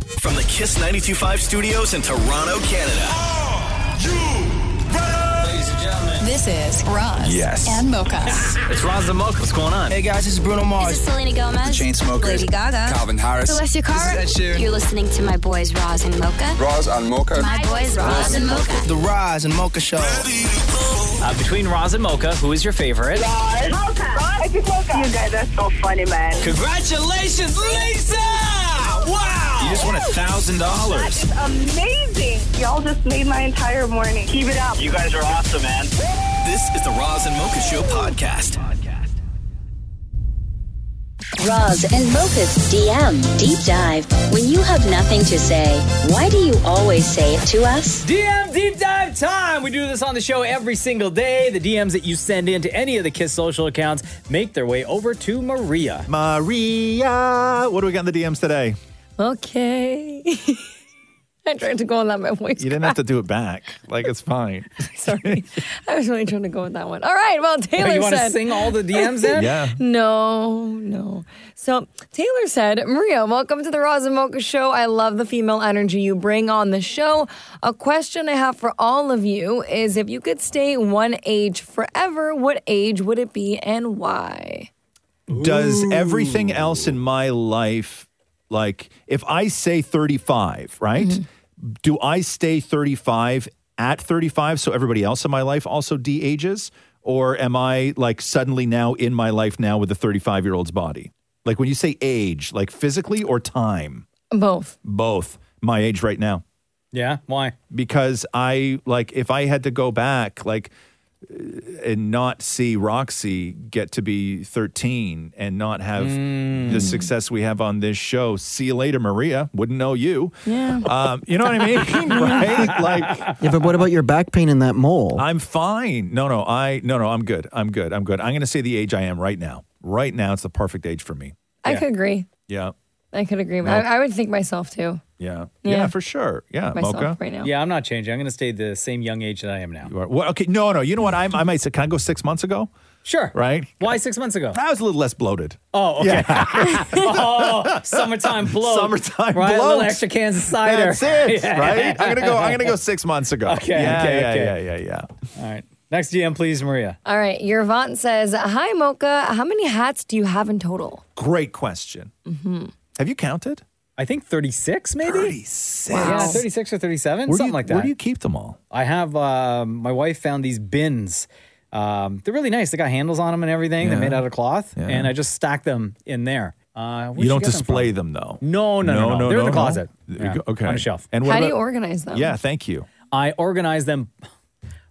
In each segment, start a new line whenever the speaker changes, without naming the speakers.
the Kiss 925 studios in Toronto, Canada.
Ladies and gentlemen.
This is Roz
Yes.
and Mocha.
It's Roz the Moke. What's going on?
Hey guys, this is Bruno
This is
Mars.
Selena Gomez.
The Chainsmokers.
Lady Gaga.
Calvin Harris.
Celestia Cara.
This is Ed Sheeran.
You're listening to my boys Roz and Mocha.
Roz and Mocha.
My boys Roz and Mocha.
The Rise and Mocha Show.
Uh, between Roz and Mocha, who is your favorite?
Mocha. You guys are so funny, man.
Congratulations, Lisa!
You
Wow!
just won a thousand dollars.
Amazing. Y'all just made my entire morning. Keep it up.
You guys are awesome, man.
This is the Roz and Mocha Show podcast.
Roz and Mocha's DM Deep Dive. When you have nothing to say, why do you always say it to us?
DM deep dive time. We do this on the show every single day. The DMs that you send in to any of the Kiss social accounts make their way over to Maria.
Maria, what do we got in the DMs today?
Okay. I tried to go on that my voice.
You didn't have to do it back. Like it's fine.
Sorry. I was really trying to go with that one. All right. Well, Taylor
you want to
said.
sing all the DMs in?
Yeah.
No, no. So Taylor said, Maria, welcome to the Roz and Mocha Show. I love the female energy you bring on the show. A question I have for all of you is if you could stay one age forever, what age would it be and why?
Does everything else in my life, like if I say 35, right? Do I stay 35 at 35 so everybody else in my life also de ages? Or am I like suddenly now in my life now with a 35 year old's body? Like when you say age, like physically or time?
Both.
Both. My age right now.
Yeah. Why?
because I like if I had to go back like uh, and not see Roxy get to be 13 and not have
Mm.
the success we have on this show. See you later, Maria. Wouldn't know you.
Yeah.
Um, you know what I mean? right? Like
Yeah, but what about your back pain in that mole?
I'm fine. No, no, I no no, I'm good. I'm good. I'm good. I'm gonna say the age I am right now. Right now it's the perfect age for me.
I
Yeah.
could agree.
Yeah.
I could agree. I, I would think myself too.
Yeah. Yeah,
Yeah.
for sure. Yeah.
Myself
Mocha.
right now.
Yeah, I'm not changing. I'm going to stay the same young age that I am now.
You are- well, okay, no, no. You know what? I'm, I might say, can I go six months ago?
Sure.
Right?
Why six months ago?
I was a little less bloated.
Oh, okay. oh, summertime blow.
Summertime
right? A little
bloat.
extra Kansas cider.
That's it,
Yeah.
right? I'm gonna go. I'm gonna go six months ago.
Okay,
Yeah,
okay,
yeah,
okay.
yeah, yeah, yeah.
All right. Next DM, please, Maria.
All right. Yervant says, Hi, Mocha. How many hats do you have in total?
Great question.
Mm-hmm.
Have you counted?
I think 36, maybe?
Thirty-six.
Yeah, 36 or 37,
Where do
something
you,
like that.
Where do you keep them all?
I have um, my wife found these bins. Um, they're really nice. They got handles on them and everything. They're made out of cloth, and I just stack them in there. Uh, where'd
you don't
get them
display
from?
them, though.
No, no, no, no. They're in the closet.
There
Yeah,
you go. Okay.
on a shelf.
And what
How do
about,
you organize them?
Yeah, thank you.
I organize them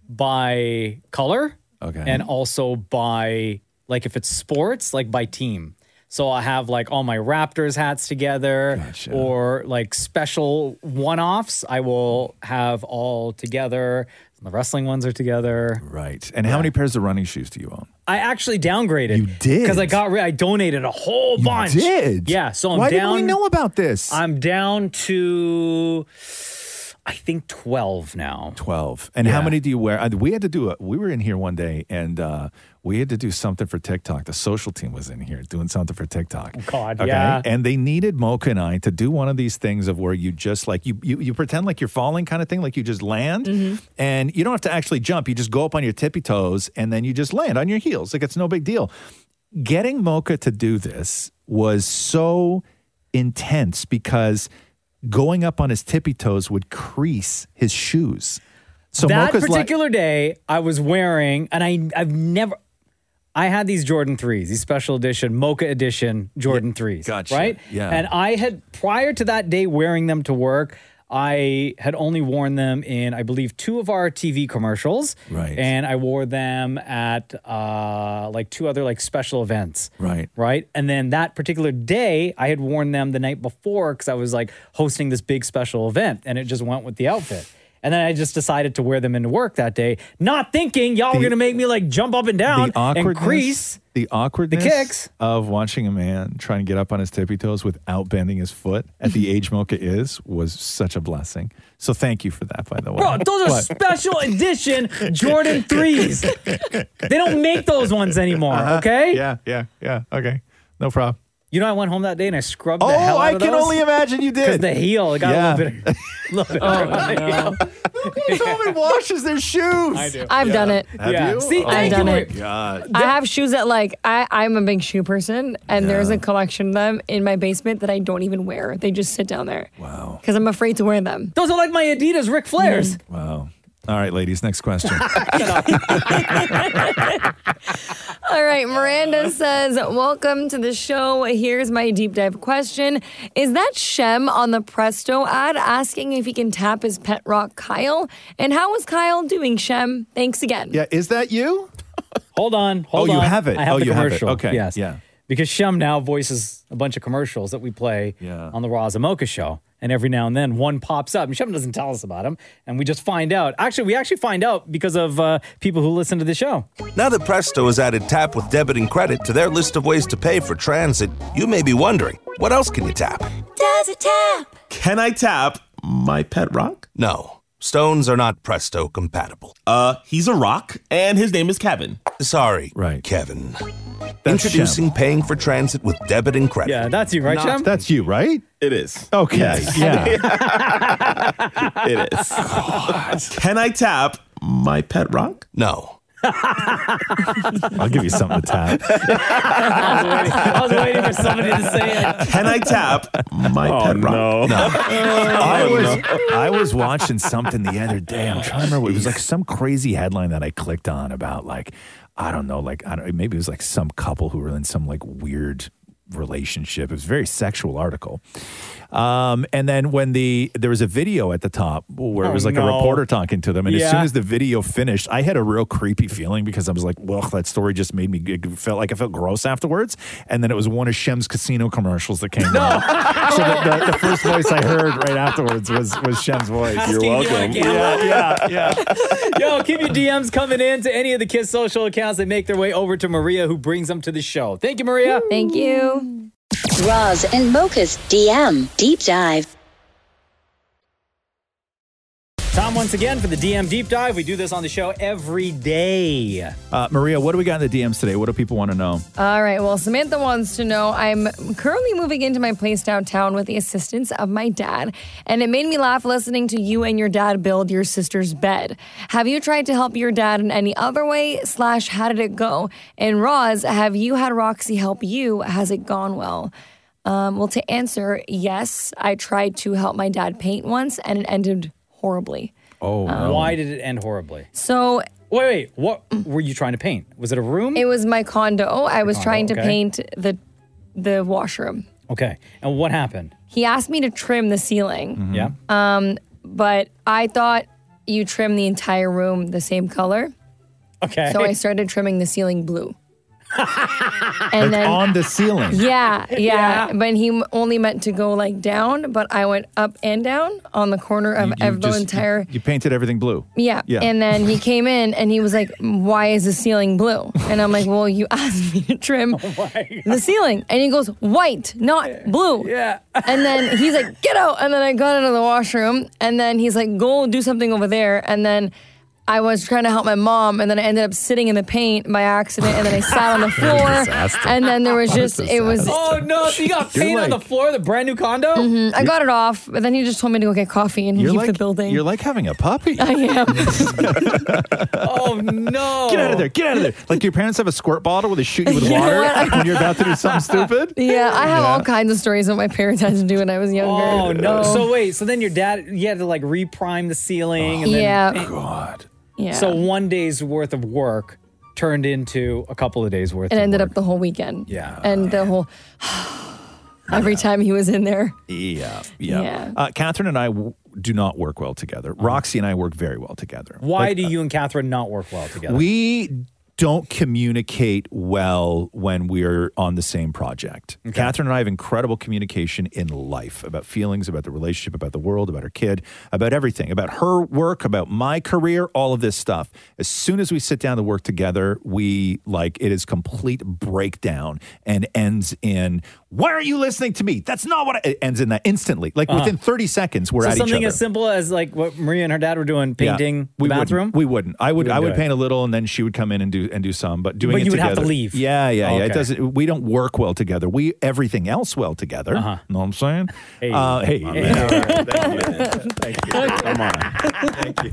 by color,
Okay.
and also by like if it's sports, like by team. So I have like all my Raptors hats together,
Gotcha.
or like special one-offs. I will have all together. The wrestling ones are together.
Right. And how many pairs of running shoes do you own?
I actually downgraded.
You did?
because I got rid. I donated a whole bunch.
You did.
Yeah. So I'm
Why
down.
didn't we know about this?
I'm down to, I think twelve now.
12. And how
Yeah.
many do you wear? I, we had to do a, we were in here one day and uh, we had to do something for TikTok. The social team was in here doing something for TikTok.
God, yeah.
And they needed Mocha and I to do one of these things of where you just like, you, you, you pretend like you're falling kind of thing, like you just land
Mm-hmm.
and you don't have to actually jump. You just go up on your tippy toes and then you just land on your heels. Like it's no big deal getting Mocha to do this was so intense because going up on his tippy toes would crease his shoes. So
that
Mocha's
particular day, I was wearing, and I I've never. I had these Jordan threes, these special edition Mocha edition Jordan threes.
gotcha.
Right.
Yeah.
And I had prior to that day wearing them to work. I had only worn them in, I believe, two of our TV commercials.
Right.
And I wore them at uh, like two other like special events.
Right.
Right. And then that particular day, I had worn them the night before because I was like hosting this big special event and it just went with the outfit. And then I just decided to wear them into work that day, not thinking y'all were
The-
going to make me like jump up and
like
down
the awkwardness,
and crease.
the awkwardness,
The kicks.
of watching a man trying to get up on his tippy toes without bending his foot at the age Mocha is was such a blessing. So thank you for that, by the way.
Bro, those are
What?
special edition Jordan 3s.
Uh-huh.
they don't make those ones anymore, okay?
Yeah, yeah, yeah. Okay, no problem.
You know, I went home that day and I scrubbed the
Oh,
hell out
I
of
can
those
only imagine you
'cause
did.
the heel. It got
Yeah.
a little bit. little
Oh,
bit
Who goes home and washes their shoes? I
do.
I've done it.
Have
Yeah.
you?
See,
oh,
I've done
my
it.
God.
I have shoes that like I, I'm a big shoe person, and there's a collection of them in my basement that I don't even wear. They just sit down there. Wow. Because I'm afraid to wear them.
Those are like my Adidas Ric
Mm.
Flairs.
Wow. All right, ladies, next question.
All right, Miranda says, "Welcome to the show. Here's my deep dive question: Is that Shem on the Presto ad asking if he can tap his pet rock, Kyle? And how is Kyle doing, Shem? Thanks again.
yeah, is that you?
Hold on. Hold
you
on.
have it.
I have
Oh,
the
you have it.
commercial.
Okay,
Yes.
yeah.
Because Shem now voices a bunch of commercials that we play
Yeah.
on the Roz and Mocha show. And every now and then one pops up. And Shem doesn't tell us about them. And we just find out. Actually, we actually find out because of uh, people who listen to the show.
Now that Presto has added tap with debit and credit to their list of ways to pay for transit, you may be wondering, what else can you tap?
Does it tap?
Can I tap my pet rock?
No, stones are not Presto compatible.
Uh, he's a rock, and his name is Kevin.
Sorry,
Right.
Kevin.
That's
Introducing paying for transit with debit and credit.
Yeah, that's you, right,
Not
Shem?
That's you, right?
It is.
Okay. Yeah.
It is. Can I tap my pet rock?
No,
I'll give you something to tap.
I, was waiting, I was waiting for somebody to say it.
Can I tap my pet rock? No.
I was I was watching something the other day. I'm trying to remember. It was like some crazy headline that I clicked on about like I don't know, like I don't maybe it was like some couple who were in some like weird relationship. It was a very sexual article. Um, and then when the there was a video at the top where it
Oh,
was like a
no.
reporter talking to them, and as soon
Yeah.
as the video finished, I had a real creepy feeling because I was like, "Well, that story just made me it felt like I felt gross afterwards." And then it was one of Shem's casino commercials that came. No, so the, the, the first voice I heard right afterwards was was Shem's voice.
You're welcome.
yeah, yeah, yeah.
Yo, keep your DMs coming in to any of the kids' social accounts that make their way over to Maria, who brings them to the show. Thank you, Maria.
Thank you."
Roz and Mocha's DM Deep Dive.
Tom, once again, for the DM deep dive. We do this on the show every day.
Uh, Maria, what do we got in the DMs today? What do people want to know?
All right. Well, Samantha wants to know I'm currently moving into my place downtown with the assistance of my dad, and it made me laugh listening to you and your dad build your sister's bed. Have you tried to help your dad in any other way? Slash, how did it go? And Roz, have you had Roxy help you? Has it gone well? Um, well, to answer, yes, I tried to help my dad paint once, and it ended horribly.
Oh.
Why did it end horribly?
So
Wait, wait. What were you trying to paint? Was it a room?
it was my condo. I was trying to
okay.
paint the the washroom.
okay. And what happened?
He asked me to trim the ceiling,
Mm-hmm. Hmm.
Yeah.
but I thought you trim the entire room the same color.
okay.
So I started trimming the ceiling blue. and then
On the ceiling.
yeah, yeah, But he m- only meant to go like down, but I went up and down on the corner of,
You
of the
just-
entire
You, you painted everything blue.
yeah.
Yeah.
And then he came in and he was like, Why is the ceiling blue? And I'm like, Well, you asked me to trim
Oh
the ceiling. And he goes, White, not blue.
yeah.
And then he's like, Get out. And then I got into the washroom. And then he's like, Go do something over there. And then I was trying to help my mom. And then I ended up sitting in the paint by accident. And then I sat on the
Disaster.
floor. And then there was just, it was,
oh no! So you got paint on the
like-
floor of the brand new condo?
I got it off. But then he just told me to go get coffee and
You're
leave
like
the building.
You're like having a puppy.
I am.
Oh no!
Get out of there! Get out of there! Like, do your parents have a squirt bottle where they shoot you with water when you're about to do something stupid?
Yeah, I have all kinds of stories of what my parents had to do when I was younger.
Oh no! So wait. So then your dad, you had to like reprime the ceiling, and then
yeah,
God.
yeah.
so one day's worth of work turned into a couple of days worth.
it
of
ended
work.
up the whole weekend.
Yeah.
and the whole every time he was in there.
Yeah, yeah. Oh.
Yeah.
Uh, Catherine and I w- do not work well together. Roxy and I work very well together.
Why do you and Catherine not work well together?
uh, We don't communicate well when we're on the same project. Catherine and I have incredible communication in life about feelings, about the relationship, about the world, about her kid, about everything, about her work, about my career, all of this stuff. As soon as we sit down to work together, we like it is complete breakdown and ends in, why aren't you listening to me? That's not what I, it ends in that instantly. Like within 30 seconds, we're
Uh-huh. so
at each other.
something as simple as like what Maria and her dad were doing,
Yeah.
painting
we
the bathroom.
Wouldn't. We wouldn't. I would.
wouldn't
I
do
would
it.
paint a little, and then she would come in and do and do some, but doing
But
it
you would
together.
have to leave.
Yeah, yeah, yeah. It
Okay.
doesn't. We don't work well together. We everything else well together.
Uh-huh.
Know what I'm saying?
Hey.
uh, hey.
My
Come on. Thank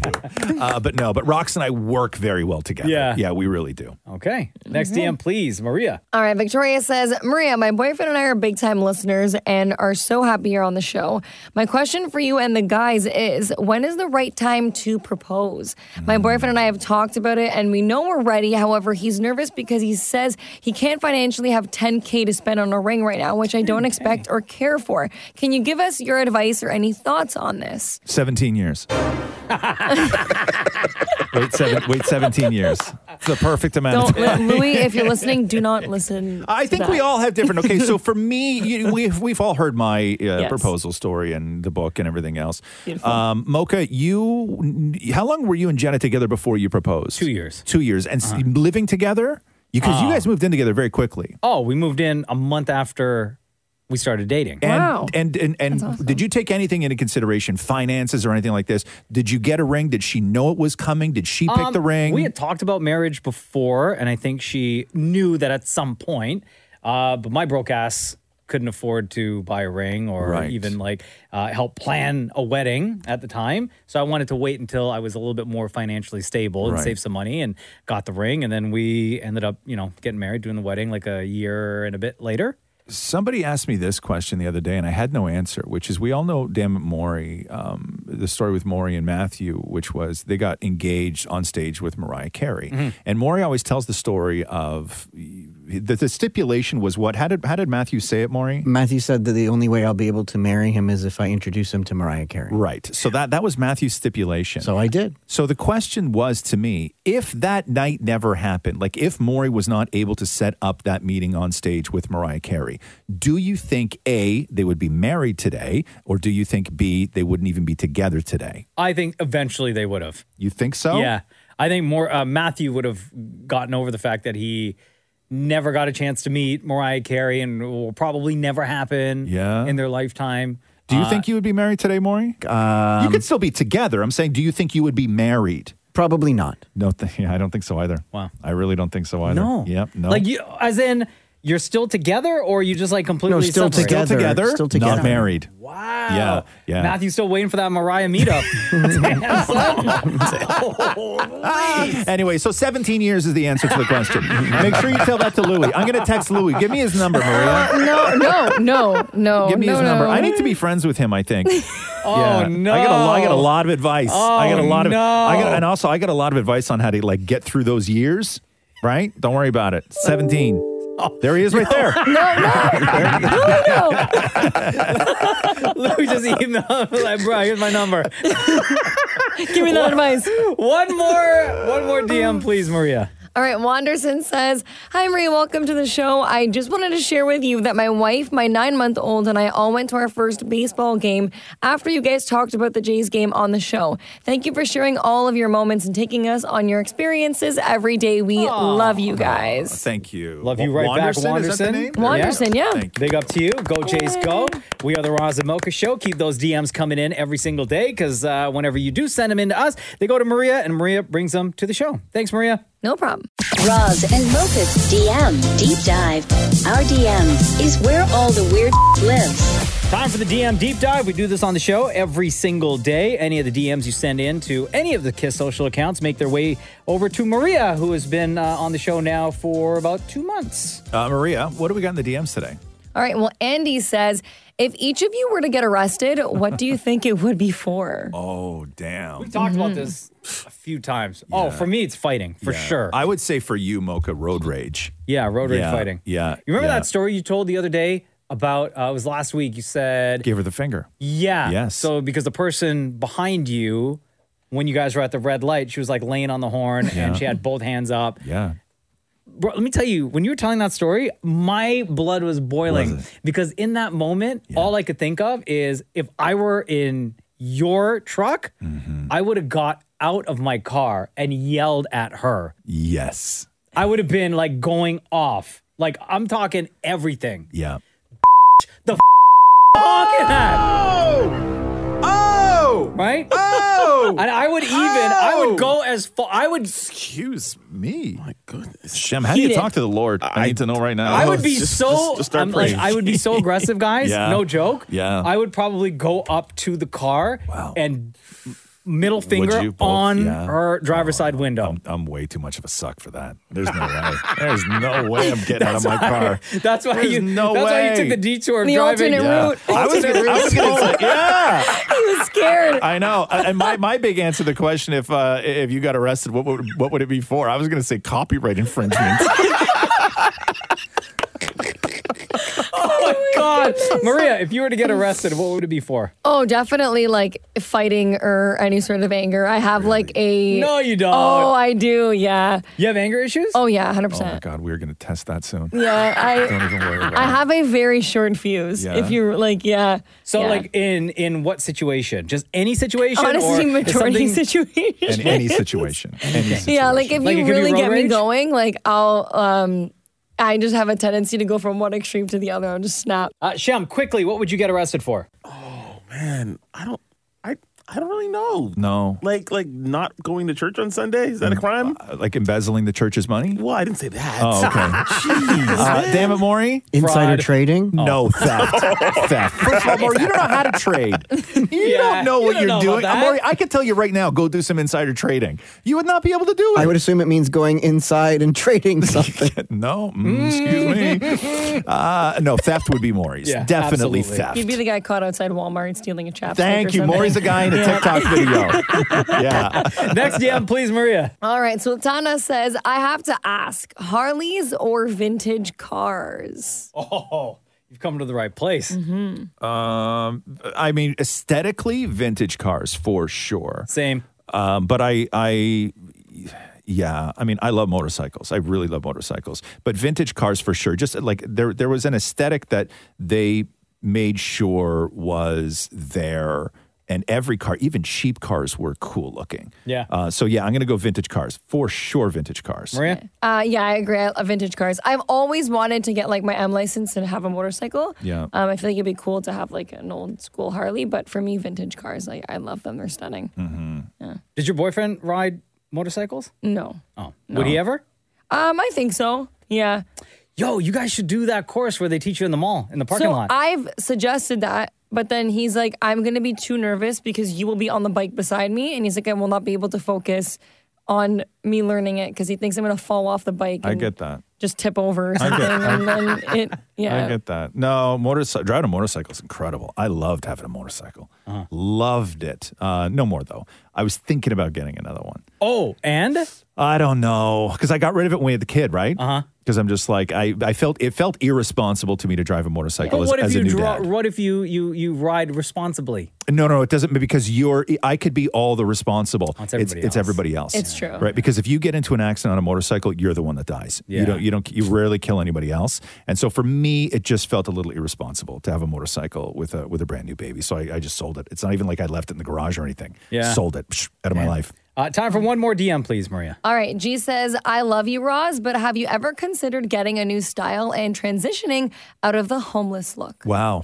you. Uh, but no, but Rox and I work very well together.
Yeah.
yeah, we really do.
Okay,
Mm-hmm.
next DM, please, Maria.
All right, Victoria says, Maria, my boyfriend and I are big time listeners and are so happy you're on the show. My question for you and the guys is when is the right time to propose? My boyfriend and I have talked about it and we know we're ready. However, he's nervous because he says he can't financially have 10K to spend on a ring right now, which I don't expect or care for. Can you give us your advice or any thoughts on this?
17 years. wait, seven, wait 17 years. It's the perfect amount
Don't,
of time.
Louis, if you're listening, do not listen.
I think we all have different. Okay, so for me, you, we've we've all heard my uh, proposal story and the book and everything else.
Beautiful.
Um, Mocha, you, how long were you and Jenna together before you proposed? Two years. Uh-huh. Ah. Two years, and s living together because you
Uh.
guys moved in together very quickly.
Oh, we moved in a month after we started dating.
And, And and and did you take anything into consideration, finances or anything like this? Did you get a ring? Did she know it was coming? Did she pick
Um,
the ring?
We had talked about marriage before, and I think she knew that at some point. Uh, but my broke ass couldn't afford to buy a ring or
Right.
even like uh, help plan a wedding at the time. So I wanted to wait until I was a little bit more financially stable and
Right.
save some money and got the ring. And then we ended up, you know, getting married, doing the wedding like a year and a bit later.
Somebody asked me this question the other day, and I had no answer. Which is, we all know damn it, Maury, um, the story with Maury and Matthew, which was they got engaged on stage with Mariah Carey,
Mhm.
and Maury always tells the story of the, the stipulation was what? How did how did Matthew say it, Maury?
Matthew said that the only way I'll be able to marry him is if I introduce him to Mariah Carey.
Right. So that that was Matthew's stipulation. So
I did.
So the question was to me, if that night never happened, like if Maury was not able to set up that meeting on stage with Mariah Carey, do you think A, they would be married today, or do you think B, they wouldn't even be together today?
I think eventually they would have.
You think so?
Yeah, I think more uh, Matthew would have gotten over the fact that he never got a chance to meet Mariah Carey, and will probably never happen.
Yeah.
in their lifetime.
Do you
Uh, um,
think you would be married today, Maury? you could still be together. I'm saying, do you think you would be married?
Probably not.
No, th- yeah, I don't think so either.
Wow.
I really don't think so either.
No.
Yep. No.
like you, as in you're still together, or you just like completely
still
separate?
together. Still together? Still together. Not married.
Wow.
Yeah. Yeah.
Matthew's still waiting for that Mariah meetup. Damn, son.
Anyway, so 17 years is the answer to the question. Make sure you tell that to Louie. I'm going to text Louie. Give me his number, Maria.
Oh,
No, no, no, no.
Give me
no,
his
no.
number. I need to be friends with him. I think.
oh no!
I got a, I got a lot of advice. I got a
Oh,
lot of.
no.
I got, and also, I got a lot of advice on how to like get through those years. Right? Don't worry about it. 17.
Oh.
There he is, right there.
Louis just emailed like, bro, here's my number.
Give me that advice.
One more, one more DM, please, Maria.
All right, Wanderson says, Hi, Marie, welcome to the show. I just wanted to share with you that my wife, my nine month old, and I all went to our first baseball game after you guys talked about the Jays game on the show. Thank you for sharing all of your moments and taking us on your experiences every day. We love you guys.
Oh, Thank you.
Love you right back,
Wanderson, is that
Wanderson.
the name?
Wanderson, yeah. Thank
Big up to you. Go Jays, go. We are the Roz and Mocha Show. Keep those DMs coming in every single day because uh, whenever you do send them in to us, they go to Maria and Maria brings them to the show. Thanks, Maria.
No problem.
Roz and Mocha's DM Deep Dive. Our DM is where all the weird lives.
Time for the DM deep dive. We do this on the show every single day. Any of the DMs you send in to any of the Kiss social accounts make their way over to Maria, who has been uh, on the show now for about two months.
Uh, Maria, what do we got in the DMs today?
All right, well, Andy says, If each of you were to get arrested, what do you think it would be for?
Oh, damn.
We talked about this a few times. Oh, for me, it's fighting for
Yeah.
sure.
I would say for you, Mocha, road rage.
Yeah, road rage
Yeah,
fighting.
Yeah.
You remember
yeah.
that story you told the other day about uh, it was last week? You said
Gave her the finger.
yeah.
Yes.
So because the person behind you, when you guys were at the red light, she was like laying on the horn
Yeah.
and she had both hands up.
Yeah.
Bro, let me tell you, when you were telling that story, my blood was boiling because in that moment, all I could think of is if I were in your truck,
Mm-hmm.
I would have got out of my car and yelled at her.
Yes.
I would have been like going off. Like I'm talking everything.
Yeah.
The f- honking at. Oh.
Oh.
Right?
Oh.
And I would even, I would go as far, I would.
Excuse me. Oh My goodness. Shem, how do you
Heated.
talk to the Lord? I, need to know right now.
I would be so I'm like I would be so aggressive, guys.
Yeah.
No joke.
Yeah.
I would probably go up to the car and middle finger
you both?
on
Yeah. Oh.
her driver's side window.
I'm, I'm way too much of a suck for that. There's no way. There's no way I'm getting out of my car.
That's why
There's
you.
no
that's why you
way.
took the detour. Of
The
driving.
alternate Yeah. route.
I was
Alternate
gonna- I
route.
was gonna say- yeah.
he was scared.
I know. Uh, And my, my big answer to the question if uh, if you got arrested, what would what would it be for? I was going to say copyright infringement.
Oh my God, Maria, if you were to get arrested, what would it be for?
Oh, definitely like fighting or any sort of anger. I have like a.
No, you don't.
Oh, I do. Yeah.
You have anger issues?
Oh, yeah.
oh my
100%.
God, we're going to test that soon.
yeah.
Don't even
I.
worry about
I
it.
have a very short fuse.
Yeah.
If you're like, yeah.
So,
yeah.
like, in in what situation? Just any situation?
honestly,
or is
majority
something-
situation.
In any situation. Any situation.
Yeah, like if
Like, it
you
could be
really
road
get me
rage?
going, like I'll um I just have a tendency to go from one extreme to the other. I'll just snap.
Uh, Shem, quickly, what would you get arrested for?
Man, I don't. I I don't really know.
No.
Like like not going to church on Sunday is that a crime?
Uh, Like embezzling the church's money?
Well, I didn't say that.
Oh, okay. Uh, damn it, Maury.
Insider
Fraud.
trading?
No theft. theft. First of all, Maury, you don't know how to trade. You
Yeah,
don't know
you
what
don't
are
know
doing. Uh,
about that.
Maury, I can tell you right now, go do some insider trading. You would not be able to do it.
I would assume it means going inside and trading something.
no, mm, excuse me. Uh, no, theft would be Maury's.
Yeah,
Definitely
absolutely.
theft.
You'd be the guy caught outside Walmart stealing a chapstick.
Thank
or
you.
something.
Maury's a guy in a TikTok video. yeah.
Next DM, please, Maria.
All right, Sultana says, I have to ask, Harleys or vintage cars?
Oh, you've come to the right place.
Mm-hmm.
Um, I mean, aesthetically, vintage cars for sure.
Same.
Um, but I, I, yeah, I mean, I love motorcycles. I really love motorcycles, but vintage cars for sure. Just like there, there was an aesthetic that they made sure was there, and every car, even cheap cars, were cool looking.
Yeah.
Uh, so yeah, I'm gonna go vintage cars for sure. Vintage cars.
Maria?
Uh, yeah, I agree. I love vintage cars. I've always wanted to get like my M license and have a motorcycle.
Yeah.
Um, I feel like it'd be cool to have like an old school Harley, but for me, vintage cars, like I love them. They're stunning.
Hmm.
Did your boyfriend ride motorcycles?
No.
Oh, would he ever?
Um, I think so. Yeah.
Yo, you guys should do that course where they teach you in the mall, in the parking
So
lot.
I've suggested that, but then he's like, I'm going to be too nervous because you will be on the bike beside me. And he's like, I will not be able to focus on me learning it because he thinks I'm going to fall off the bike.
I
and
get that.
Just tip over or
I
something.
get-
and then it, yeah.
I get that. No, motorcycle driving a motorcycle is incredible. I loved having a motorcycle.
Uh-huh.
Loved it. Uh, no more though. I was thinking about getting another one.
oh, and
I don't know because I got rid of it when we had the kid, right? Uh
Uh-huh.
huh. Because I'm just like I, I felt it felt irresponsible to me to drive a motorcycle
but
as,
what if
as
you
a new
draw,
dad.
what if you you you ride responsibly?
No, no, it doesn't because you're. I could be all the responsible.
it's everybody
it's,
else.
everybody else.
It's true.
right? Because if you get into an accident on a motorcycle, you're the one that dies.
Yeah.
You don't. You don't. You rarely kill anybody else. And so for me, it just felt a little irresponsible to have a motorcycle with a with a brand new baby. So I, I just sold it. It's not even like I left it in the garage or anything.
Yeah.
sold it Psh, out of my life.
Uh, time for one more DM, please, Maria.
All right. G says, I love you, Roz, but have you ever considered getting a new style and transitioning out of the homeless look?
Wow.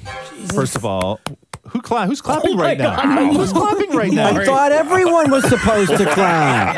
First of all, who cla- who's clapping
Oh
right now? Who's clapping right now?
I thought everyone was supposed to clap.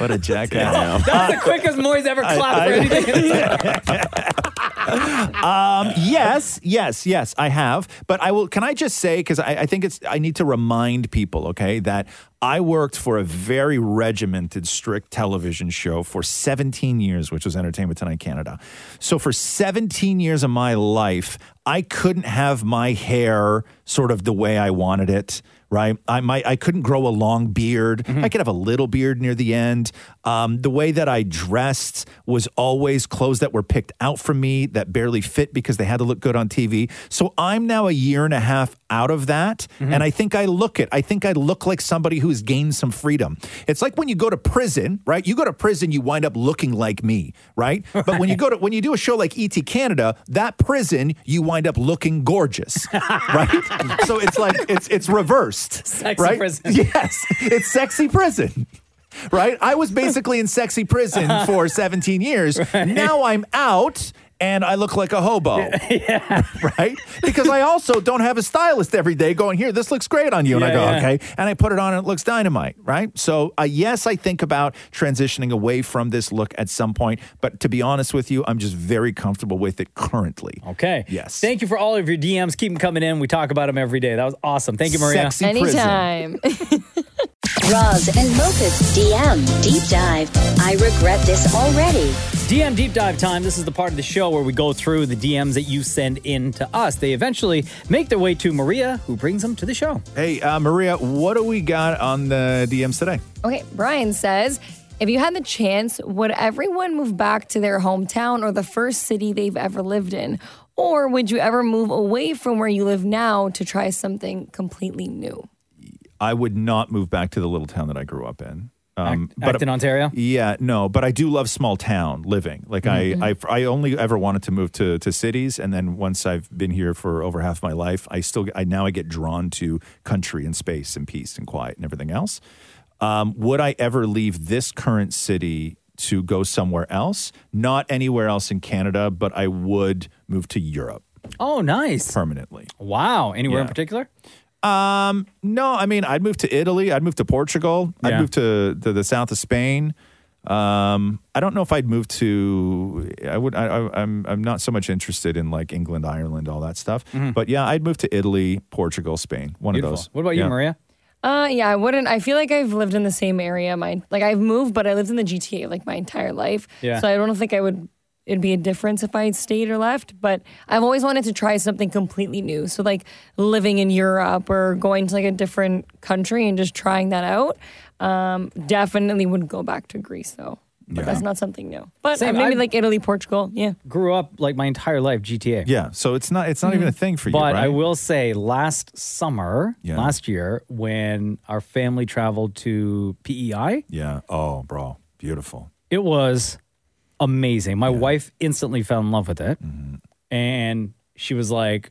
What a jackass.
That's the quickest Moy's ever clapped for anything.
Um, yes, yes, yes, I have. But I will, can I just say, because I, I think it's, I need to remind people, okay, that I worked for a very regimented, strict television show for 17 years, which was Entertainment Tonight Canada. So for 17 years of my life, I couldn't have my hair sort of the way I wanted it. Right, I might I couldn't grow a long beard. I could have a little beard near the end. Um, the way that I dressed was always clothes that were picked out for me that barely fit because they had to look good on TV. So I'm now a year and a half out of that, and I think I look it. I think I look like somebody who's gained some freedom. It's like when you go to prison, right? You go to prison, you wind up looking like me, right? But when you go to when you do a show like ET Canada, that prison you wind up looking gorgeous, right? so it's like it's it's reversed,
Sexy
right?
prison.
Yes, it's sexy prison. Right? I was basically in sexy prison for 17 years. Now I'm out and I look like a hobo. right? Because I also don't have a stylist every day going, here, this looks great on you. And I
Yeah,
go,
yeah.
okay. And I put it on and it looks dynamite. Right? So, uh, yes, I think about transitioning away from this look at some point. But to be honest with you, I'm just very comfortable with it currently.
Okay. Yes. Thank you for all of your DMs. Keep them coming in. We talk about them every day. That was awesome. Thank you, Maria.
Sexy
Anytime. Roz and Mocha's DM Deep Dive. I regret this already.
DM deep dive time. This is the part of the show where we go through the DMs that you send in to us. They eventually make their way to Maria, who brings them to the show.
Hey, uh, Maria, what do we got on the DMs today?
Okay, Brian says, if you had the chance, would everyone move back to their hometown or the first city they've ever lived in? Or would you ever move away from where you live now to try something completely new?
I would not move back to the little town that I grew up in. Um,
Acton, Ontario?
Yeah, no, but I do love small town living. Like I,
Mhm.
I, I only ever wanted to move to to cities, and then once I've been here for over half my life, I still, I now I get drawn to country and space and peace and quiet and everything else. Um, would I ever leave this current city to go somewhere else? Not anywhere else in Canada, but I would move to Europe.
Oh, nice.
Permanently.
Wow. Anywhere in
Yeah.
particular?
Um, no, I mean, I'd move to Italy. I'd move to Portugal. I'd
Yeah.
move to, to the south of Spain. Um, I don't know if I'd move to. I would. I, I, I'm. I'm not so much interested in like England, Ireland, all that stuff. But yeah, I'd move to Italy, Portugal, Spain. One
Mm-hmm. Beautiful.
of those.
What about you,
Yeah.
Maria?
Uh, yeah, I wouldn't. I feel like I've lived in the same area. My like I've moved, but I lived in the GTA like my entire life.
Yeah.
So I don't think I would. It'd be a difference if I had stayed or left. But I've always wanted to try something completely new. So like living in Europe or going to like a different country and just trying that out. Um, definitely would go back to Greece though. But that's not something new. But
Same,
uh, maybe
I-
like Italy, Portugal. Yeah.
Grew up like my entire life GTA.
Yeah. So it's not. It's not even a thing for you.
But I
right?
will say, last summer, last year, when our family traveled to E PEI,
Yeah. Oh, bro, beautiful.
it was amazing. My wife instantly fell in love with it, and she was like,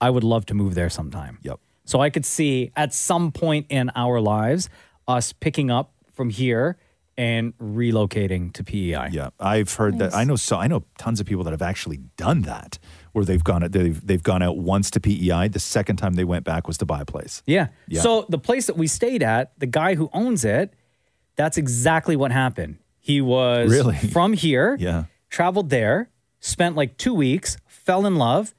"I would love to move there sometime."
Yep.
So I could see at some point in our lives us picking up from here and relocating to E PEI.
Yeah, I've heard that. I know so. I know tons of people that have actually done that, where they've gone. They've they've gone out once to PEI. The second time they went back was to buy a place.
Yeah.
Yeah.
So the place that we stayed at, the guy who owns it, that's exactly what happened. He was
Really?
from here,
Yeah.
traveled there, spent like two weeks, fell in love,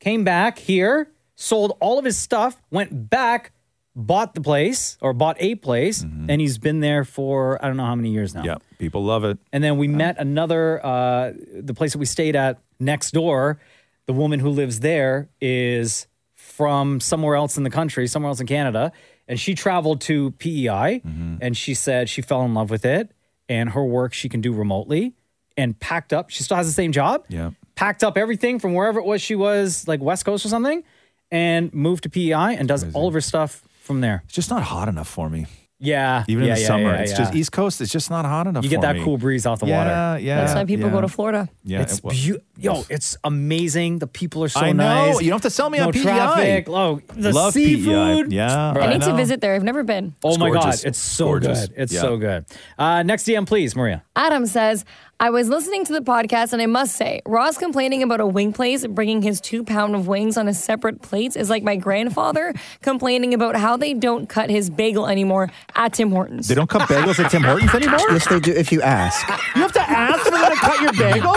came back here, sold all of his stuff, went back, bought the place or bought a place, and he's been there for I don't know how many years now.
Mm-hmm. Yeah, people love it.
And then we met another, uh, the place that we stayed at next door. The woman who lives there is from somewhere else in the country, somewhere else in Canada. And she traveled to PEI
Mm-hmm.
and she said she fell in love with it and her work she can do remotely and packed up. She still has the same job,
Yeah.
packed up everything from wherever it was she was, like West Coast or something, and moved to PEI and does all of her stuff from there.
It's just not hot enough for me.
Yeah.
Even
yeah,
in the
yeah,
summer,
yeah,
it's
yeah.
just East Coast. It's just not hot enough.
You get
for
that
me.
cool breeze off the water.
Yeah, yeah.
That's why people
yeah.
go to Florida.
Yeah,
it's
it was-
beau- yo, it's amazing. The people are so
I know.
nice.
You don't have to sell me
no
on PEI.
traffic. Oh, the
Love PEI.
seafood.
Yeah,
I need to visit there. I've never been.
Oh my
gorgeous.
god, it's so
Gorgeous.
good. It's
Yeah.
so good. Uh, next DM, please, Maria.
Adam says, I was listening to the podcast and I must say, Ross complaining about a wing place, bringing his two pound of wings on a separate plate is like my grandfather complaining about how they don't cut his bagel anymore at Tim Hortons.
They don't cut bagels at Tim Hortons anymore.
Yes, they do. If you ask,
You have to ask for them to cut your bagel?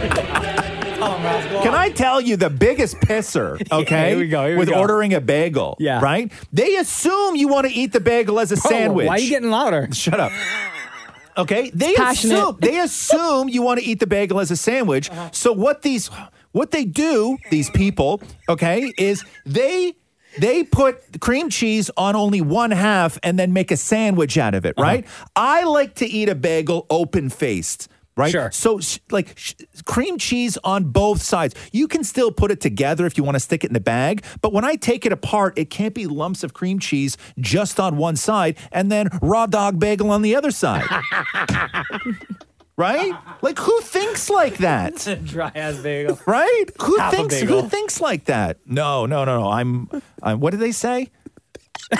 Oh,
Can I tell you the biggest pisser, okay?
here we go, here we
with
go.
ordering a bagel. Yeah. Right? They assume you want to eat the bagel as a
Bro,
sandwich.
Oh, why are you getting louder?
Shut up. Okay? They
passionate.
assume they assume you want to eat the bagel as a sandwich. So what these what they do, these people, okay, is they they put cream cheese on only one half and then make a sandwich out of it, right? I like to eat a bagel open faced. Right? Sure. So, sh- like, sh- cream cheese on both sides. You can still put it together if you want to stick it in the bag, but when I take it apart, it can't be lumps of cream cheese just on one side and then raw dog bagel on the other side. right? Like, who thinks like that?
Dry ass bagel.
Right? Who
Half a
thinks
bagel.
who thinks like that? No, no, no, no. I'm, I'm what do they say?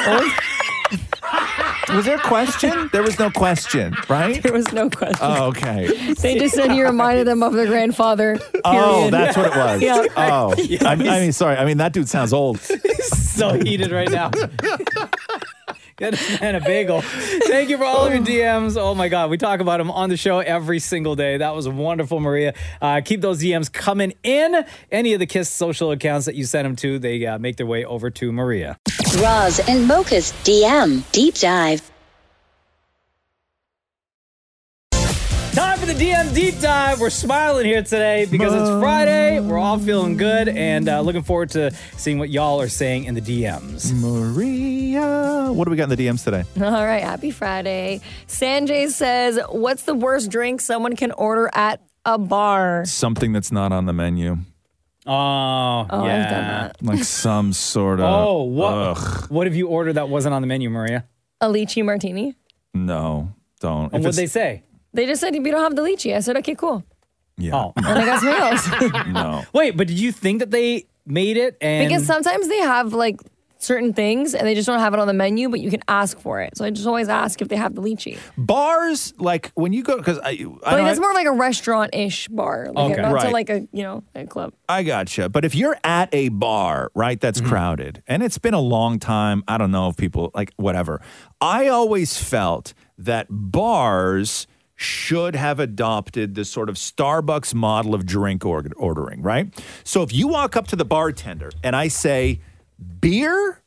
was there a question? There was no question, right? There
was no question.
Oh, okay.
They just said you reminded them of their grandfather.
Oh,
period.
that's what it was.
Yeah.
Oh, I, I mean, sorry. I mean, that dude sounds old.
so heated right now. and a bagel. Thank you for all of your DMs. Oh my God, we talk about them on the show every single day. That was wonderful, Maria. Uh, keep those DMs coming in. Any of the Kiss social accounts that you send them to, they uh, make their way over to Maria.
Roz and Mocha's DM Deep Dive.
Time for the DM deep dive. We're smiling here today because it's Friday. We're all feeling good and uh, looking forward to seeing what y'all are saying in the DMs.
Maria, what do we got in the DMs today?
All right, happy Friday. Sanjay says, What's the worst drink someone can order at a bar?
Something that's not on the menu.
Oh,
Oh, I've
yeah.
done
Like some sort of.
Oh, what?
Ugh,
What have you ordered that wasn't on the menu, Maria?
A lychee martini.
no, don't.
And
If
what'd they
it's-
say?
They just said, You don't have the lychee. I said, Okay, cool.
Yeah. Oh.
And I got something else.
No.
Wait, but did you think that they made it? And
because sometimes they have like certain things and they just don't have it on the menu, but you can ask for it. So I just always ask if they have the lychee.
Bars, like when you go, because I, I,
But like,
know
that's
I-
more of like a restaurant ish bar. Like
Okay.
not to
Right.
like a you know, a club.
I gotcha. But if you're at a bar, right, that's crowded, and it's been a long time, I don't know if people like whatever. I always felt that bars should have adopted this sort of Starbucks model of drink or- ordering, right? So if you walk up to the bartender and I say, beer,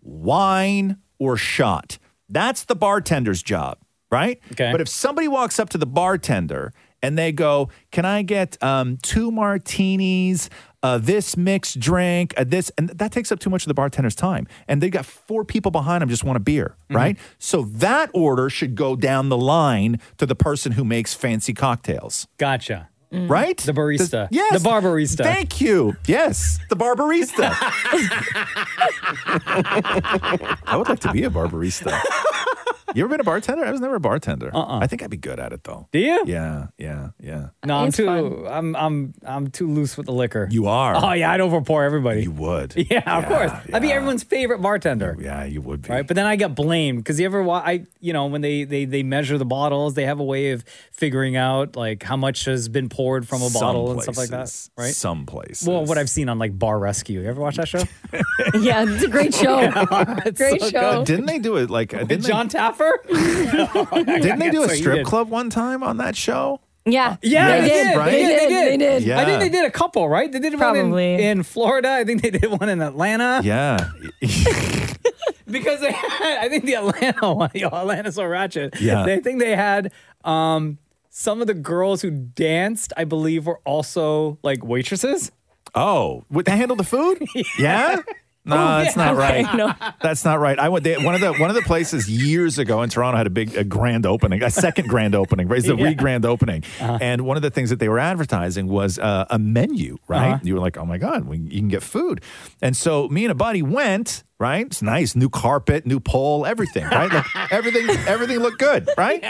wine, or shot, that's the bartender's job, right? Okay. But if somebody walks up to the bartender and they go, Can I get um, two martinis, uh, this mixed drink, uh, this, and that takes up too much of the bartender's time. And they've got four people behind them just want a beer, right? So that order should go down the line to the person who makes fancy cocktails.
Gotcha.
Right?
Mm-hmm. The barista.
The- yes.
The bar barista.
Thank you. Yes, the barbarista. I would like to be a barbarista. You ever been a bartender? I was never a bartender. Uh-uh. I think I'd be good at it though.
Do you?
Yeah, yeah, yeah.
no, I'm too I'm I'm I'm too loose with the liquor.
You are.
Oh yeah, I'd overpour everybody. You
would.
Yeah, of course. I'd be everyone's favorite bartender.
Yeah, you would be.
Right, but then I got blamed because you ever wa- I you know when they they they measure the bottles, they have a way of figuring out like how much has been poured from a
Some
bottle and stuff like that.
places.
Right.
Some places.
Well, what I've seen on like Bar Rescue. You ever watch that show?
yeah, it's a great show. great
so
show.
Good. Didn't they do it like? Didn't they,
John Taffer?
didn't they do a
So you
strip
did.
club one time on that show?
Yeah.
Uh, Yeah,
Yes,
they, did.
right?
they did. They did.
They did.
I think
Yeah.
they did a couple, right? They did one
Probably.
in, in Florida. I think they did one in Atlanta.
Yeah.
Because they had, I think the Atlanta one, yo, Atlanta's so ratchet.
Yeah.
They think they had um, some of the girls who danced, I believe, were also like waitresses.
Oh, would they handle the food? Yeah. No,
Oh,
that's
yeah.
not
Okay,
right. That's not right. I went they, one of the one of the places years ago in Toronto had a big a grand opening, a second grand opening, right? It's the
Yeah.
re-grand opening,
Uh-huh.
and one of the things that they were advertising was uh, a menu, right?
Uh-huh.
You were like, oh my god, we, you can get food, and so me and a buddy went. Right, it's nice, new carpet, new pole, everything. Right, like everything, everything looked good. Right,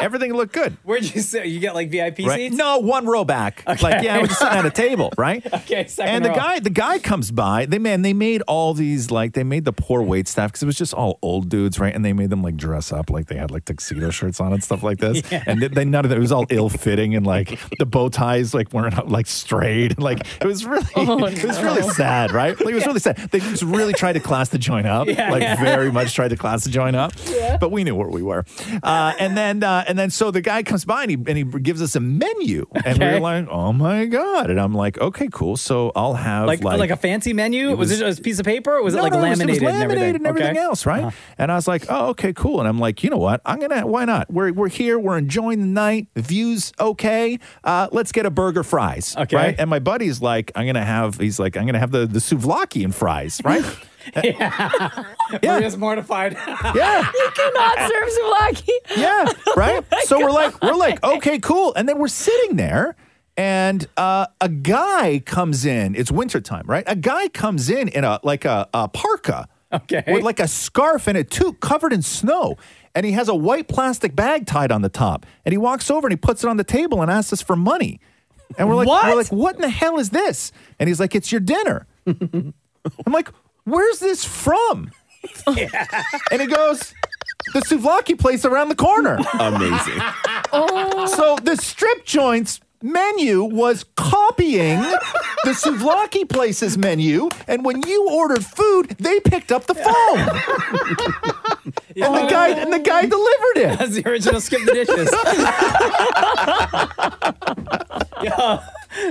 everything looked good.
Where'd you sit? You get like VIP
Right?
seats?
No, one row back. Like, yeah, we're just sitting at a table, right?
Okay, second
and the
row.
guy, the guy comes by. They man, they made all these like they made the poor wait staff because it was just all old dudes, right? And they made them like dress up, like they had like tuxedo shirts on and stuff like this.
Yeah.
And they, they none of that. It was all ill fitting and like the bow ties like weren't up, like straight. Like it was really,
Oh,
it was
no.
really sad, right? Like it was really sad. They just really tried to class the joint up,
Yeah,
like
yeah.
very much tried to class the joint up.
Yeah.
But we knew where we were. Uh, and then uh, and then so the guy comes by and he and he gives us a menu, and
Okay.
we're like, oh my god! And I'm like, okay, cool. So I'll have
Like,
like
like a fancy menu?
It
was,
was-
it just a piece of paper? Or was it
No,
like
no, was-
laminated,
was laminated
and everything? Okay. Uh-huh.
else, right? And I was like, oh, okay, cool. And I'm like, you know what? I'm gonna why not? We're we're here. We're enjoying the night. The views okay. Uh, let's get a burger fries,
Okay.
right? And my buddy's like, I'm gonna have. He's like, I'm gonna have the the souvlaki and fries, right?
Maria's mortified.
Yeah.
you cannot serve souvlaki.
Yeah, right? so we're like, we're like, okay, cool. And then we're sitting there and uh, a guy comes in. It's wintertime, right? A guy comes in in a like a, a parka. Okay. With like a scarf and a toque covered in snow. And he has a white plastic bag tied on the top. And he walks over and he puts it on the table and asks us for money. And we're like, we're like, what in the hell is this? And he's like, it's your dinner. I'm like, where's this from? And he goes, the souvlaki place around the corner. Amazing. So the strip joints menu was copying the souvlaki place's menu, and when you ordered food, they picked up the phone. and the guy and the guy delivered it.
That's the original skip the dishes. Yo,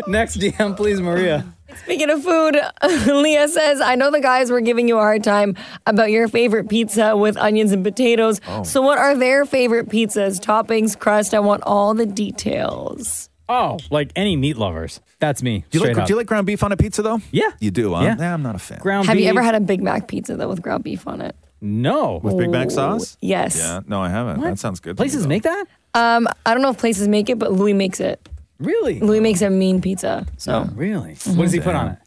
next DM, please, Maria.
Speaking of food, Leah says, I know the guys were giving you a hard time about your favorite pizza with onions and potatoes.
Oh.
So, what are their favorite pizzas? Toppings, crust? I want all the details.
Oh, like any meat lovers. That's me.
Do you, like,
straight up.
do you like ground beef on a pizza though?
Yeah.
You do, huh?
Yeah.
Nah, I'm not a fan.
ground
Have
beef?
you ever had a Big Mac pizza, though, with ground beef on it?
No.
With Big Mac sauce?
yes.
Yeah. No, I haven't. That sounds good. to
Oh,
me,
Places
though.
make that?
Um, I don't know if places make it, but Louis makes it.
Really? Oh,
Louis makes a mean pizza. So,
Really? What does he put on it?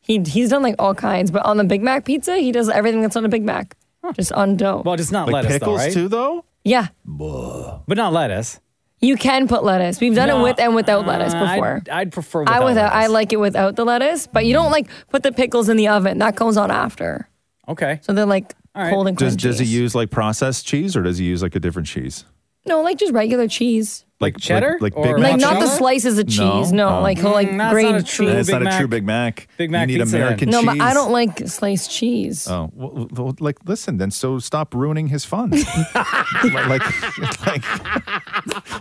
he, he's done like all kinds, but on the Big Mac pizza, he does everything that's on a Big Mac, just on dough.
Well, just not
like
lettuce,
pickles
though, right?
too though?
yeah.
But not lettuce.
You can put lettuce. We've done
No,
it with and without lettuce
Uh, I'd-
before.
I'd, prefer without
I without I
lettuce.
like it without the lettuce, but you don't like put the pickles in the oven. That comes on after.
Okay.
So they're like
right.
cold and
Does
crunchy.
does he use like processed cheese or does he use like a different cheese?
No, like just regular cheese.
Like
cheddar
Like,
or
Big Mac
Like
cheese?
not the
mozzarella?
slices of
No.
cheese. No,
Oh.
like he'll like
Mm, that's
grade
not a true
cheese.
That's
Big
not a
Mac.
true Big Mac.
Big Mac
You need
pizza then.
American
No,
cheese.
but I don't like sliced cheese.
Oh, well, well, like listen, then so stop ruining his fun. like, like,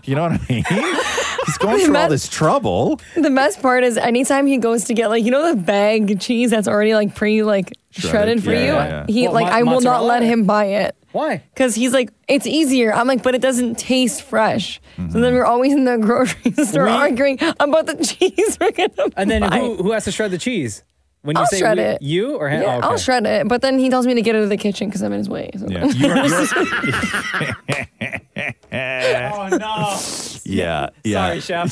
you know what I mean? He's going through all this trouble.
The best part is anytime he goes to get like you know the bag of cheese that's already like pre like
Shredded.
shredded, for
Yeah,
you.
yeah, yeah.
He
What,
like
mo-
I will not
mozzarella?
let him buy it.
Why?
Because he's like, it's easier. I'm like, but it doesn't taste fresh. So
Mm-hmm.
then we're always in the grocery store
We-
arguing about the cheese we're gonna
And then
buy.
who, who has to shred the cheese? When you
I'll
say
shred
we-
it.
you or him?
Yeah,
Oh, okay.
I'll shred it. But then he tells me to get out of the kitchen because I'm in his way. So
Yeah. You're- you're-
Oh no!
yeah. Yeah.
Sorry, chef.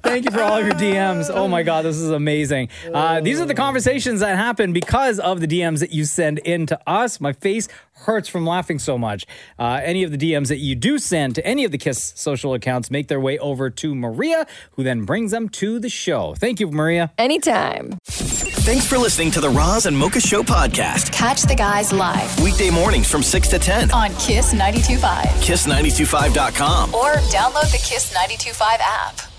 Thank you for all of your DMs. Oh my God, this is amazing. Uh, these are the conversations that happen because of the DMs that you send in to us. My face hurts from laughing so much. Uh, any of the DMs that you do send to any of the Kiss social accounts make their way over to Maria, who then brings them to the show. Thank you, Maria.
Anytime.
Thanks for listening to the Roz and Mocha Show podcast.
Catch the guys live
Weekday mornings from 6 to 10.
on Kiss 925
Kiss925.com.
or download the Kiss 925 app.